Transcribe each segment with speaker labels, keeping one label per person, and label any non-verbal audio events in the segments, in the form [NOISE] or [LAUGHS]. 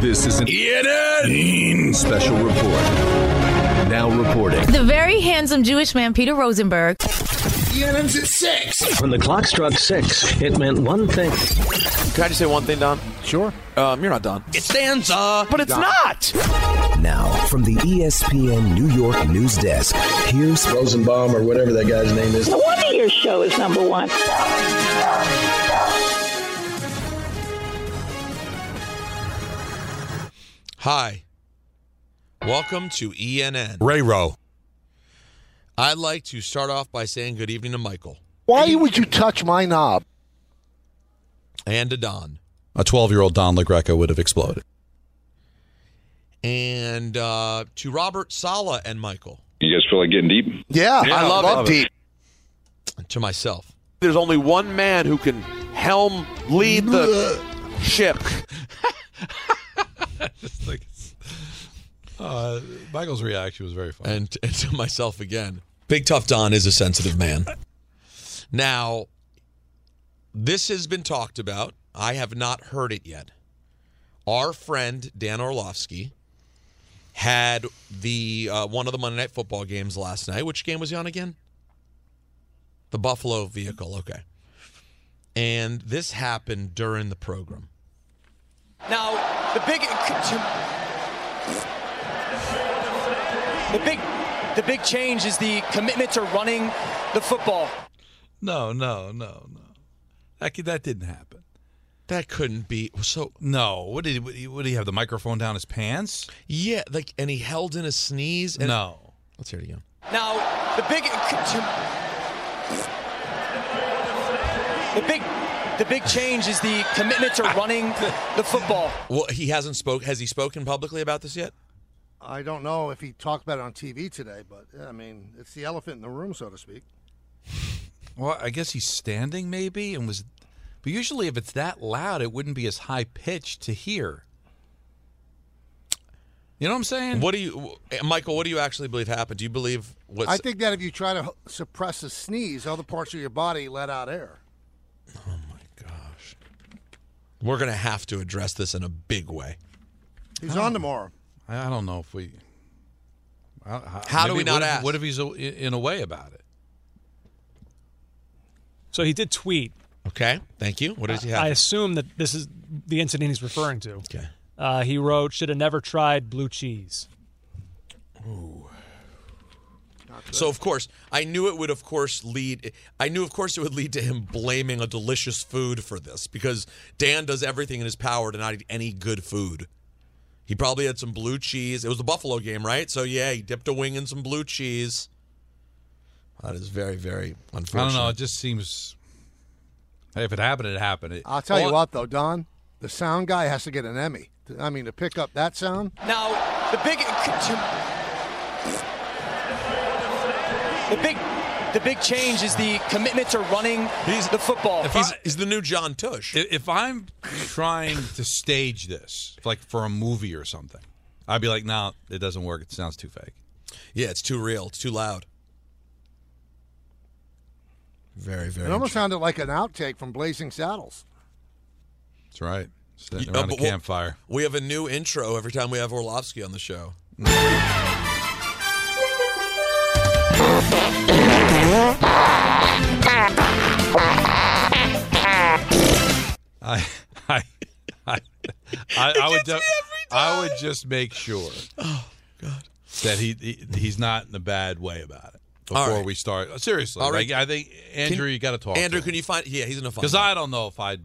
Speaker 1: This is an ENN special report. Now reporting.
Speaker 2: The very handsome Jewish man, Peter Rosenberg.
Speaker 3: ENN's at 6.
Speaker 4: When the clock struck 6, it meant one thing.
Speaker 5: Can I just say one thing, Don?
Speaker 3: Sure.
Speaker 5: Um, you're not Don.
Speaker 3: It stands uh, up.
Speaker 5: But it's
Speaker 3: Don.
Speaker 5: not.
Speaker 1: Now, from the E ESPN New York news desk, here's
Speaker 6: Rosenbaum or whatever that guy's name is.
Speaker 7: No wonder your show is number one.
Speaker 5: Hi. Welcome to ENN.
Speaker 3: Ray Rowe.
Speaker 5: I'd like to start off by saying good evening to Michael
Speaker 8: Why would you touch my knob?
Speaker 5: and to Don.
Speaker 3: A 12 year old Don LaGreca would have exploded.
Speaker 5: And uh, to Robert Sala and Michael.
Speaker 9: You guys feel like getting deep?
Speaker 8: Yeah,
Speaker 5: Yeah,
Speaker 8: I
Speaker 5: love
Speaker 8: love,
Speaker 5: it.
Speaker 8: deep.
Speaker 5: And to myself.
Speaker 4: There's only one man who can helm lead the ship.
Speaker 3: Uh, Michael's reaction was very funny.
Speaker 5: And, [LAUGHS] and to myself again. Big Tough Don is a sensitive man. Now, this has been talked about. I have not heard it yet. Our friend Dan Orlovsky had the uh, one of the Monday Night Football games last night. Which game was he on again? The Buffalo vehicle. Okay. And this happened during the program.
Speaker 10: Now, the big the big the big change is the commitment to running the football.
Speaker 3: No, no, no, no. That, could- that didn't happen.
Speaker 5: That couldn't be so.
Speaker 3: No. What did, what did he, what did he have? The microphone down his pants?
Speaker 5: Yeah, like, and he held in a sneeze. And,
Speaker 3: no.
Speaker 5: let's hear it again.
Speaker 10: Now, the big the big the big change is the commitment to running the football.
Speaker 5: Well, he hasn't spoke. Has he spoken publicly about this yet?
Speaker 8: I don't know if he talked about it on TV today, but yeah, I mean, it's the elephant in the room, so to speak.
Speaker 3: Well, I guess he's standing maybe and was. But usually, if it's that loud, it wouldn't be as high pitched to hear. You know what I'm saying?
Speaker 5: What do you, Michael? What do you actually believe happened? Do you believe what?
Speaker 8: I think that if you try to suppress a sneeze, other parts of your body let out air.
Speaker 5: gosh, we're gonna have to address this in a big way.
Speaker 8: He's on tomorrow.
Speaker 3: I I don't know if we. I- I-
Speaker 5: How do we not
Speaker 3: what if-
Speaker 5: ask?
Speaker 3: what if he's a, in a way about it?
Speaker 11: So he did tweet.
Speaker 5: Okay, thank you. What does he have?
Speaker 11: I assume that this is the incident he's referring to.
Speaker 5: okay.
Speaker 11: Uh, he wrote, "Should have never tried blue cheese."
Speaker 5: So of course, I knew it would, of course, lead. I knew, of course, it would lead to him blaming a delicious food for this because Dan does everything in his power to not eat any good food. He probably had some blue cheese. It was the Buffalo game, right? So yeah, he dipped a wing in some blue cheese. That is very, very
Speaker 3: I
Speaker 5: unfortunate.
Speaker 3: don't know. It just seems. Hey, if it happened, it happened. It,
Speaker 8: I'll tell
Speaker 3: Oh,
Speaker 8: you what, though, Don, the sound guy has to get an Emmy. I mean, to pick up that sound.
Speaker 10: Now, the big the big the big change is the commitment to running
Speaker 3: He's-
Speaker 10: the football.
Speaker 3: if I-
Speaker 5: He's, he's the new John Tush.
Speaker 3: I- If I'm trying to stage this, like for a movie or something, I'd be like, "No, it doesn't work. It sounds too fake."
Speaker 5: Yeah, it's too real. It's too loud. Very, very.
Speaker 8: It almost sounded like an outtake from Blazing Saddles.
Speaker 3: That's right. Sitting
Speaker 5: Yeah,
Speaker 3: around a
Speaker 5: uh, but we'll-
Speaker 3: campfire.
Speaker 5: we have a new intro every time we have Orlovsky on the show.
Speaker 3: I, I, I,
Speaker 5: [LAUGHS]
Speaker 3: I, I would, de- I would just make sure.
Speaker 5: Oh,
Speaker 3: That he, he he's not in a bad way about it
Speaker 5: All
Speaker 3: before
Speaker 5: right.
Speaker 3: we start. Seriously,
Speaker 5: All right.
Speaker 3: like, I think Andrew, you got to talk.
Speaker 5: Andrew, can you find? Yeah, he's in a fun.
Speaker 3: Because I don't know if I.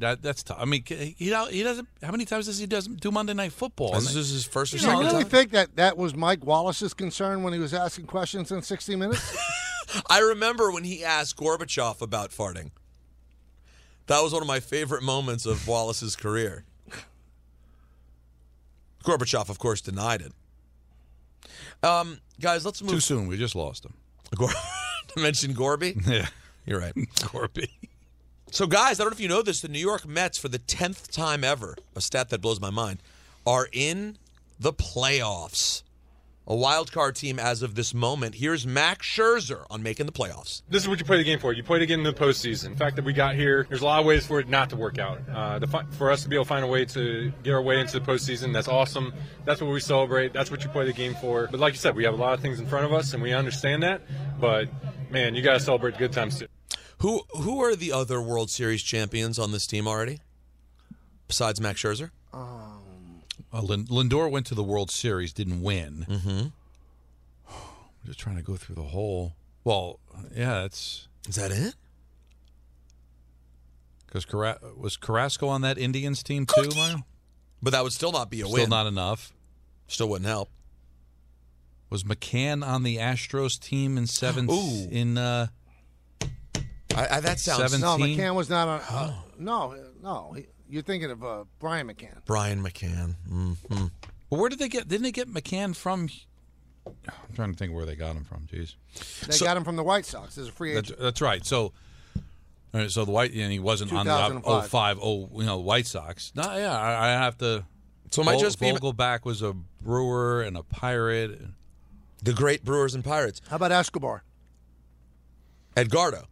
Speaker 3: That that's tough. I mean, he he don't- he doesn't. How many times does he doesn't do Monday Night Football?
Speaker 5: This
Speaker 3: And
Speaker 5: is his first or
Speaker 8: Do you
Speaker 5: second
Speaker 8: really
Speaker 5: time?
Speaker 8: think that that was Mike Wallace's concern when he was asking questions in 60 Minutes?
Speaker 5: I remember when he asked Gorbachev about farting. That was one of my favorite moments of Wallace's career. Gorbachev, of course, denied it. Um, guys, let's move
Speaker 3: Too soon. We just lost him.
Speaker 5: [LAUGHS] Gor- to mention [LAUGHS] Gorby.
Speaker 3: Yeah.
Speaker 5: You're
Speaker 3: [LAUGHS]
Speaker 5: right. Corby. So, guys, I don't know if you know this. The New York Mets, for the 10th time ever, a stat that blows my mind, are in the playoffs. A wild card team as of this moment. Here's Max Scherzer on making the playoffs.
Speaker 9: This is what you play the game for. You play the game in the postseason. The fact that we got here, there's a lot of ways for it not to work out. Uh, to fi- for us to be able to find a way to get our way into the postseason, that's awesome. That's what we celebrate. That's what you play the game for. But like you said, we have a lot of things in front of us, and we understand that. But man, you got to celebrate the good times too.
Speaker 5: Who who are the other World Series champions on this team already? Besides Max Scherzer?
Speaker 3: Uh, Lind- Lindor went to the World Series, didn't win.
Speaker 5: Mm-hmm.
Speaker 3: I'm [SIGHS] just trying to go through the whole. Well, yeah, that's.
Speaker 5: Is that it?
Speaker 3: Because Cara- was Carrasco on that Indians team too, Lyle?
Speaker 5: But that would still not be a
Speaker 3: Still
Speaker 5: win.
Speaker 3: not enough.
Speaker 5: Still wouldn't help.
Speaker 3: Was McCann on the Astros team in seven?
Speaker 5: Ooh.
Speaker 3: In uh,
Speaker 5: I, I, that sounds
Speaker 3: Seven-
Speaker 8: No,
Speaker 3: 17?
Speaker 8: McCann was not on. Uh, no, no. He, you're thinking of uh, Brian McCann.
Speaker 5: Brian McCann. hmm
Speaker 3: well, where did they get? Didn't they get McCann from? I'm trying to think where they got him from. Jeez.
Speaker 8: They got him from the White Sox as a free
Speaker 3: That's,
Speaker 8: agent.
Speaker 3: that's right. So, all right, so the White and he wasn't on the
Speaker 8: 2005.
Speaker 3: 05, oh, you know, White Sox. No, yeah, I, I have to.
Speaker 5: So it might
Speaker 3: Vol-
Speaker 5: just be-
Speaker 3: Vogelback was a Brewer and a Pirate.
Speaker 5: The great Brewers and Pirates.
Speaker 8: How about Escobar?
Speaker 5: Edgardo.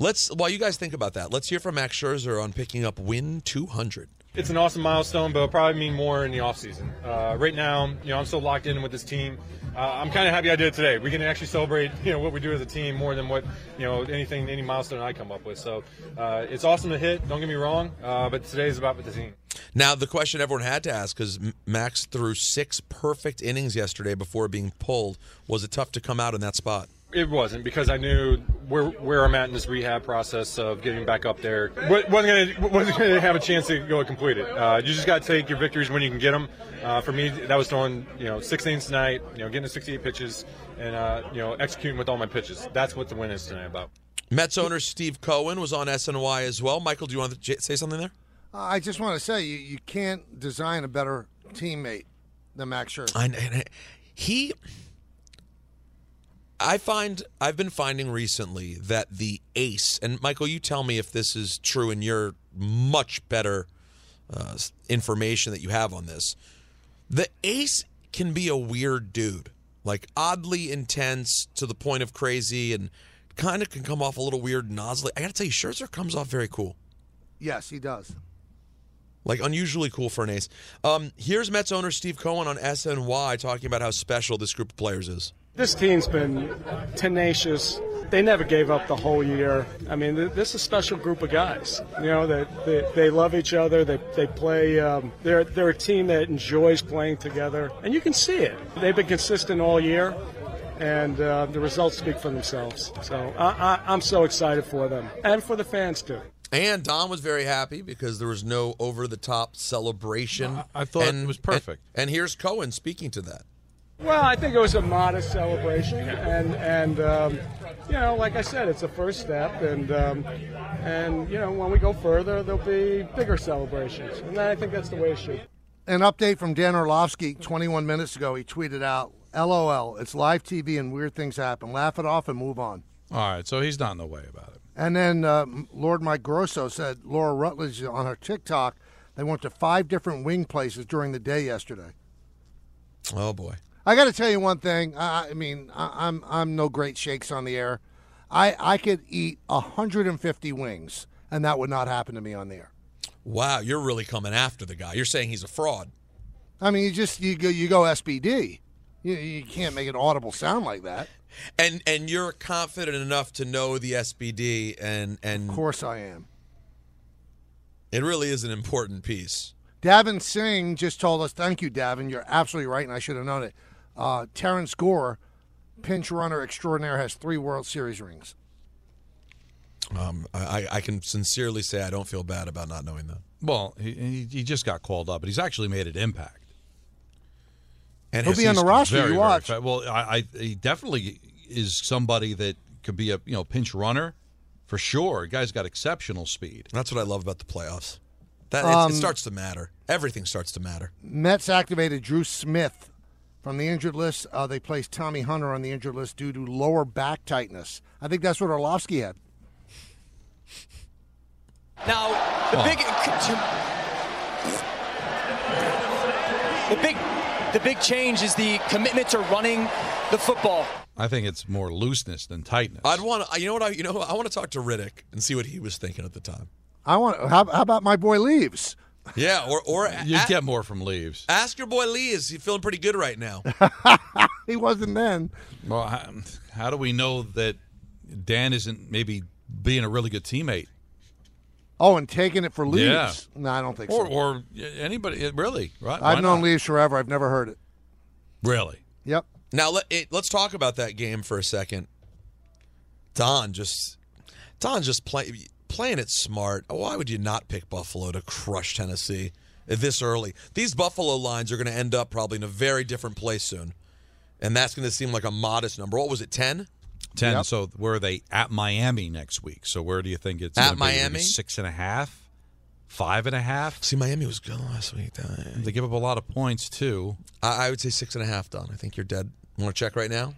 Speaker 5: Let's while you guys think about that, let's hear from Max Scherzer on picking up win two hundred.
Speaker 9: It's an awesome milestone, but it'll probably mean more in the offseason. Uh, right now, you know, I'm so locked in with this team. Uh, I'm kind of happy I did it today. We can actually celebrate, you know, what we do as a team more than what, you know, anything, any milestone I come up with. So uh, it's awesome to hit. Don't get me wrong, uh, but today's about with the team.
Speaker 5: Now, the question everyone had to ask because Max threw six perfect innings yesterday before being pulled. Was it tough to come out in that spot?
Speaker 9: It wasn't because I knew where where I'm at in this rehab process of getting back up there. Wa- wasn't gonna [LAUGHS] wasn't gonna have a chance to go complete it. Uh, you just got to take your victories when you can get them. Uh, for me, that was throwing you know six innings tonight. You know, getting to 68 pitches and uh, you know executing with all my pitches. That's what the win is tonight about.
Speaker 5: Mets owner Steve Cohen was on SNY as well. Michael, do you want to j- say something there?
Speaker 8: Uh, I just want to say you, you can't design a better teammate than Max Scherzer.
Speaker 5: I, I- he, I find I've been finding recently that the ace and Michael, you tell me if this is true in your much better uh, s- information that you have on this. The ace can be a weird dude, like oddly intense to the point of crazy, and kind of can come off a little weird and nozzly. I got to tell you, Scherzer comes off very cool
Speaker 8: Yes, he does.
Speaker 5: like unusually cool for an ace. Um, here's Mets owner Steve Cohen on SNY talking about how special this group of players is.
Speaker 12: This team's been tenacious. They never gave up the whole year. I mean, th- this is a special group of guys. You know, that they, they, love each other. They, they play. Um, they're they're a team that enjoys playing together, and you can see it. They've been consistent all year, and uh, the results speak for themselves. So I, I, I'm so excited for them and for the fans too.
Speaker 5: And Don was very happy because there was no over the top celebration.
Speaker 3: I thought
Speaker 5: and,
Speaker 3: it was perfect.
Speaker 5: And, and here's Cohen speaking to that.
Speaker 12: Well, I think it was a modest celebration, and and um, you know, like I said, it's a first step, and um, and you know, when we go further, there'll be bigger celebrations, and I think that's the way it should.
Speaker 8: An update from Dan Orlovsky 21 minutes ago. He tweeted out, LOL, it's live TV and weird things happen. Laugh it off and move on.
Speaker 3: All right, so he's not in the way about it.
Speaker 8: And then uh, Lord Mike Grosso said Laura Rutledge on her TikTok, they went to five different wing places during the day yesterday.
Speaker 5: Oh, boy.
Speaker 8: I got to tell you one thing. I, I mean, I, I'm I'm no great shakes on the air. I I could eat 150 wings, and that would not happen to me on the air.
Speaker 5: Wow, you're really coming after the guy. You're saying he's a fraud.
Speaker 8: I mean, you just you go you go SBD. You, you can't make an audible sound like that.
Speaker 5: And and you're confident enough to know the SBD and and
Speaker 8: Of course, I am.
Speaker 5: it really is an important piece.
Speaker 8: Davin Singh just told us, thank you, Davin. You're absolutely right, and I should have known it. Uh, Terrence Gore, pinch runner extraordinaire, has three World Series rings.
Speaker 5: Um, I, I- I can sincerely say I don't feel bad about not knowing that.
Speaker 3: Well, he- he, he just got called up, but he's actually made an impact.
Speaker 5: And
Speaker 8: He'll
Speaker 5: his-
Speaker 8: be on the roster.
Speaker 3: Very,
Speaker 8: you
Speaker 3: very
Speaker 8: watch.
Speaker 3: fa- well, I, I he definitely is somebody that could be a you know pinch runner for sure. Guy's got exceptional speed.
Speaker 5: That's what I love about the playoffs. That it's-
Speaker 8: Um,
Speaker 5: it starts to matter. Everything starts to matter.
Speaker 8: Mets activated Drew Smith from the injured list. Uh, they placed Tommy Hunter on the injured list due to lower back tightness. I think that's what Orlovsky had.
Speaker 10: Now, the
Speaker 8: Oh.
Speaker 10: big the big the big change is the commitment to running the football.
Speaker 3: I think it's more looseness than tightness.
Speaker 5: I'd want to. You know what? I you know I want to talk to Riddick and see what he was thinking at the time.
Speaker 8: I want. How, how about my boy leaves?
Speaker 5: Yeah, or or
Speaker 3: [LAUGHS] You
Speaker 5: a-
Speaker 3: get more from leaves.
Speaker 5: ask your boy Lee. Is he feeling pretty good right
Speaker 3: [LAUGHS]
Speaker 5: now?
Speaker 8: He wasn't then.
Speaker 3: Well, how, how do we know that Dan isn't maybe being a really good teammate?
Speaker 8: Oh, and taking it for leaves.
Speaker 3: Yeah.
Speaker 8: No, I don't think
Speaker 3: or,
Speaker 8: so.
Speaker 3: or anybody, eh, really, right?
Speaker 8: I've
Speaker 3: Why
Speaker 8: known
Speaker 3: not?
Speaker 8: leaves forever. I've never heard it.
Speaker 5: Really?
Speaker 8: Yep.
Speaker 5: Now let it, let's talk about that game for a second. Don just Don just play, playing it smart. Why would you not pick Buffalo to crush Tennessee this early? These Buffalo lines are going to end up probably in a very different place soon, and that's going to seem like a modest number. What was it? Ten.
Speaker 3: 10.
Speaker 5: Yep.
Speaker 3: So where are they at Miami next week? So where do you think it's
Speaker 5: At
Speaker 3: gonna be? Maybe
Speaker 5: Miami?
Speaker 3: Six and a half? Five and a half?
Speaker 5: See, Miami was good last week. Uh,
Speaker 3: They give up a lot of points, too.
Speaker 5: I, I would say six and a half, Don. I think you're dead. Want to check right now?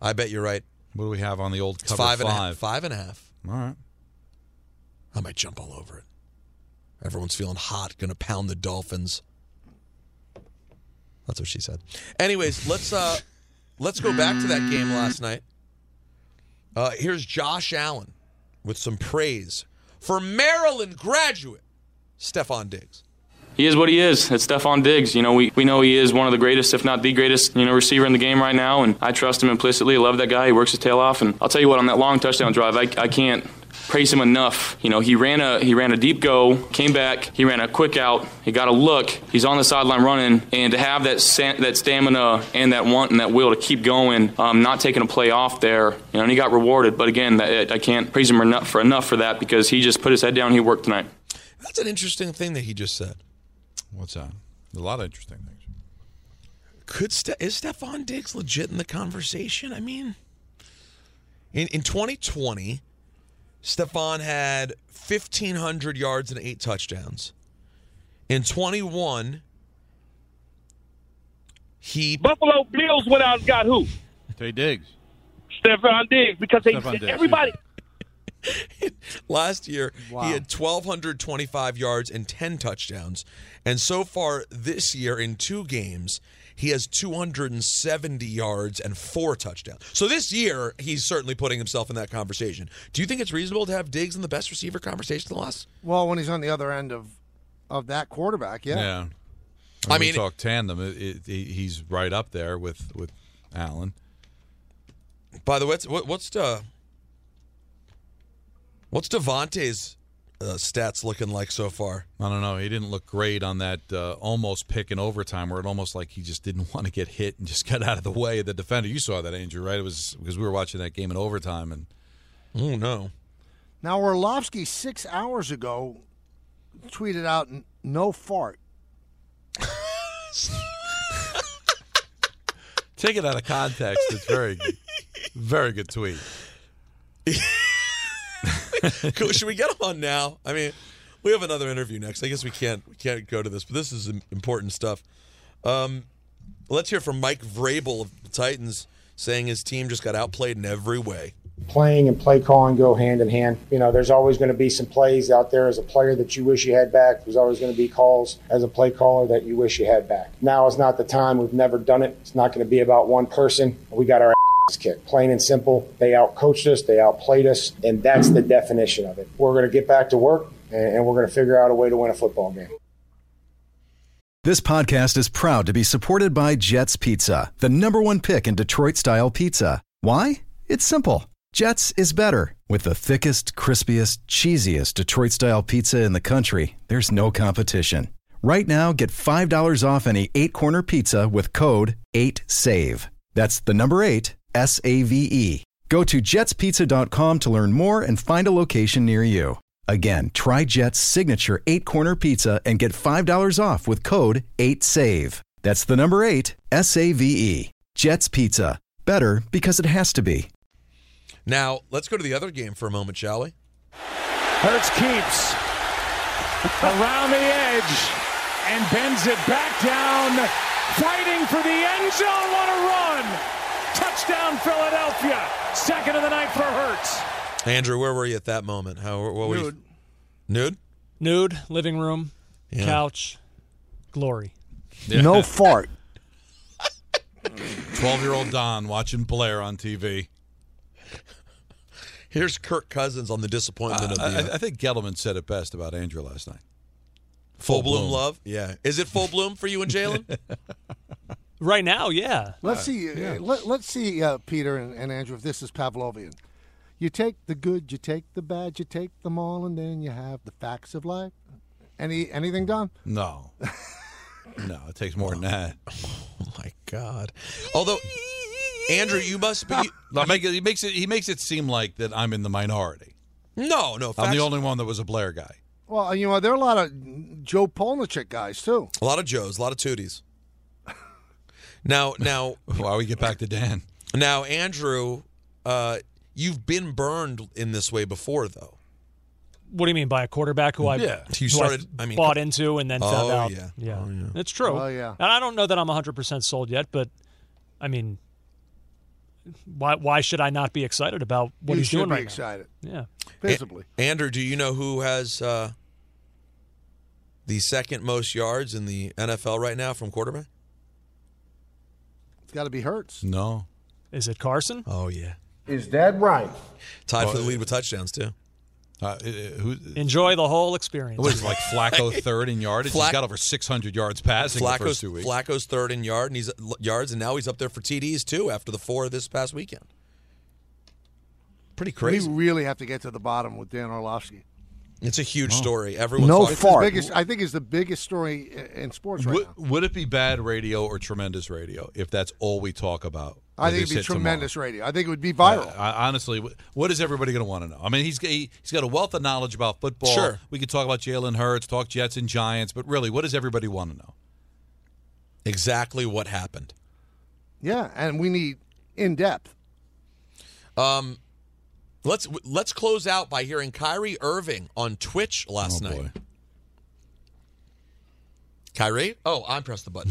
Speaker 5: I bet you're right.
Speaker 3: What do we have on the old
Speaker 5: It's
Speaker 3: cover
Speaker 5: five and a half-
Speaker 3: five?
Speaker 5: Five and a half.
Speaker 3: All right.
Speaker 5: I might jump all over it. Everyone's feeling hot, gonna pound the Dolphins. That's what she said. Anyways, let's uh let's go back to that game last night. Uh here's Josh Allen with some praise for Maryland graduate Stefan Diggs.
Speaker 13: He is what he is. It's Stephon Diggs. You know, we, we know he is one of the greatest, if not the greatest, you know, receiver in the game right now. And I trust him implicitly. I love that guy. He works his tail off. And I'll tell you what, on that long touchdown drive, I, I can't praise him enough. You know, he ran a he ran a deep go, came back, he ran a quick out, he got a look. He's on the sideline running, and to have that san- that stamina and that want and that will to keep going, um, not taking a play off there. You know, and he got rewarded. But again, that, I can't praise him enough for enough for that because he just put his head down. He worked tonight.
Speaker 5: That's an interesting thing that he just said.
Speaker 3: What's that? A lot of interesting things.
Speaker 5: Could Ste- is Stefan Diggs legit in the conversation? I mean, in in 2020, Stefan had 1500 yards and eight touchdowns. In 21, he
Speaker 14: Buffalo Bills without got who?
Speaker 3: Tay Diggs.
Speaker 14: Stephon Diggs because they
Speaker 5: Stephon Diggs,
Speaker 14: everybody
Speaker 5: last year
Speaker 14: Wow.
Speaker 5: he had 1225 yards and 10 touchdowns, and so far this year in two games he has 270 yards and four touchdowns. So this year he's certainly putting himself in that conversation. Do you think it's reasonable to have Diggs in the best receiver conversation in the last?
Speaker 8: Well, when he's on the other end of of that quarterback, yeah.
Speaker 3: Yeah.
Speaker 5: I
Speaker 3: I mean,
Speaker 5: mean-
Speaker 3: we talk tandem. It, it, he- he's right up there with with Allen.
Speaker 5: By the way, what's what, what's uh, what's Devontae's uh, stats looking like so far?
Speaker 3: I don't know. He didn't look great on that uh, almost pick in overtime, where it almost like he just didn't [LAUGHS] want to get hit and just got out of the way of the defender. You saw that, Andrew, right? It was because we were watching that game in overtime, and
Speaker 5: oh no,
Speaker 8: Now Orlovsky six hours ago tweeted out "N- no fart.
Speaker 3: take it out of context. It's very, [LAUGHS] very good tweet.
Speaker 5: Cool. Should we get him on now? I mean, we have another interview next. I guess we can't we can't go to this, but this is im- important stuff. Um, let's hear from Mike Vrabel of the Titans saying his team just got outplayed in every way.
Speaker 15: playing and play calling go hand in hand. You know, there's always going to be some plays out there as a player that you wish you had back. There's always going to be calls as a play caller that you wish you had back. Now is not the time. We've never done it. It's not going to be about one person. We got our ass kicked. Plain and simple. They outcoached us. They outplayed us, and that's the definition of it. We're going to get back to work, and and we're going to figure out a way to win a football game.
Speaker 16: This podcast is proud to be supported by Jets Pizza, the number one pick in Detroit style pizza. Why? It's simple. Jets is better. With the thickest, crispiest, cheesiest Detroit style pizza in the country, there's no competition. Right now, get $5 off any eight corner pizza with code 8SAVE. That's the number eight, S A V E. Go to jetspizza.com to learn more and find a location near you. Again, try Jet's signature eight corner pizza and get $5 off with code 8SAVE. That's the number eight, S A V E. Jet's Pizza. Better because it has to be.
Speaker 5: Now let's go to the other game for a moment, shall we?
Speaker 17: Hurts keeps.
Speaker 12: around the edge and bends it back down, fighting for the end zone. What a run! Touchdown, Philadelphia. Second of the night for Hertz.
Speaker 5: Andrew, where were you at that moment? How what were you? Nude.
Speaker 18: Nude. Living room.
Speaker 5: Yeah.
Speaker 18: Couch. Glory.
Speaker 3: Yeah.
Speaker 8: fart.
Speaker 3: 12 year old Don watching Blair on TV.
Speaker 5: Here's Kirk Cousins on the disappointment of the
Speaker 3: Uh, I,
Speaker 5: year.
Speaker 3: I, I think Gettleman said it best about Andrew last night.
Speaker 5: Full bloom love? Yeah. Is it full bloom for you and
Speaker 3: [LAUGHS]
Speaker 5: Jalen?
Speaker 18: Right now, yeah.
Speaker 8: Let's see. uh, Let, let's see, uh, Peter and, and Andrew, if this is Pavlovian. You take the good, you take the bad, you take them all, and then you have the facts of life. Any anything done? [LAUGHS]
Speaker 3: No. no, it takes more than that.
Speaker 5: Oh my God. Although Andrew, you must
Speaker 3: [LAUGHS]
Speaker 5: be
Speaker 3: No, make it- he makes it he makes it seem like that I'm in the minority.
Speaker 5: No, no.
Speaker 3: I'm
Speaker 5: facts-
Speaker 3: the only one that was a Blair guy.
Speaker 8: Well, you know there are a lot of Joe Polnichek guys too.
Speaker 5: A lot of Joes, a lot of Tooties. Now, now,
Speaker 3: why we get back to Dan?
Speaker 5: Now, Andrew, uh, you've been burned in this way before, though.
Speaker 18: What do you mean by a quarterback who I
Speaker 5: Yeah.
Speaker 18: who
Speaker 5: You
Speaker 18: I
Speaker 5: started- I mean,
Speaker 18: bought
Speaker 5: co-
Speaker 18: into and then
Speaker 5: Oh,
Speaker 18: found out?
Speaker 5: yeah.
Speaker 18: yeah,
Speaker 5: Oh, yeah.
Speaker 18: it's true.
Speaker 5: Oh, yeah.
Speaker 18: and I don't know that I'm 100 percent sold yet, but I mean, why why should I not be excited about what
Speaker 8: you
Speaker 18: he's
Speaker 8: should
Speaker 18: doing
Speaker 8: be
Speaker 18: right now?
Speaker 8: excited.
Speaker 18: Yeah.
Speaker 8: Visibly.
Speaker 5: A- Andrew, do you know who has uh, the second most yards in the NFL right now from quarterback?
Speaker 8: It's got to be Hurts.
Speaker 3: No.
Speaker 18: Is it Carson?
Speaker 5: Oh yeah.
Speaker 8: Is that right?
Speaker 5: Tied for the lead with touchdowns too.
Speaker 3: Uh, it- it- who,
Speaker 18: Enjoy the whole experience.
Speaker 3: it was like
Speaker 8: [LAUGHS]
Speaker 3: Flacco third in yardage.
Speaker 5: Flack-
Speaker 3: He's got over 600 yards passing the first
Speaker 5: Flacco's,
Speaker 3: two weeks.
Speaker 5: Flacco's third in yard and he's yards, and now he's up there for TDs too after the four this past weekend. Pretty crazy.
Speaker 8: We really have to get to the bottom with Dan Orlovsky.
Speaker 5: It's a huge story. Everyone's talking-
Speaker 8: It's his biggest- I think it's the biggest story i- in sports right
Speaker 3: Would,
Speaker 8: now.
Speaker 3: would it be bad radio or tremendous radio if that's all we talk about?
Speaker 8: I
Speaker 3: when
Speaker 8: think
Speaker 3: this
Speaker 8: it'd be
Speaker 3: hit tomorrow?
Speaker 8: tremendous radio. I think it would be viral.
Speaker 3: I, I- honestly, wh- what is everybody going to want to know? I mean, he's he, he's got a wealth of knowledge about football.
Speaker 5: Sure.
Speaker 3: we could talk about Jalen Hurts, talk Jets and Giants, but really, what does everybody want to know?
Speaker 5: exactly what happened.
Speaker 8: yeah, and we need in depth.
Speaker 5: Um, let's let's close out by hearing Kyrie Irving on Twitch last
Speaker 3: Oh,
Speaker 5: night. Kyrie? Oh, I pressed the button.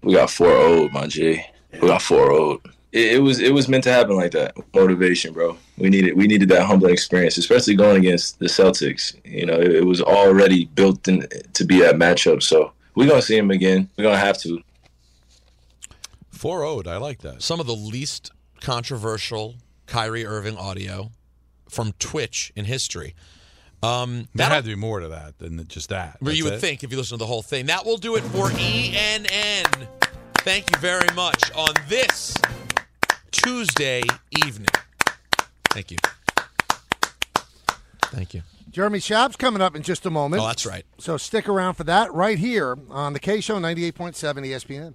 Speaker 10: We got four old, my G. We got four old. It, it was it was meant to happen like that. Motivation, bro. We needed we needed that humbling experience, especially going against the Celtics. You know, it, it was already built in to be that matchup. So we're gonna see him again. We're gonna have to.
Speaker 3: Four zero. I like that.
Speaker 5: Some of the least controversial Kyrie Irving audio from Twitch in history. Um,
Speaker 3: There had to be more to that than just that.
Speaker 5: Where you
Speaker 3: That's
Speaker 5: would
Speaker 3: it.
Speaker 5: think if you listen to the whole thing. That will do it for ENN. Thank you very much on this Tuesday evening. Thank you. Thank you.
Speaker 8: Jeremy Schaub's coming up in just a moment.
Speaker 5: Oh, that's right.
Speaker 8: So stick around for that right here on the K Show 98.7 ESPN.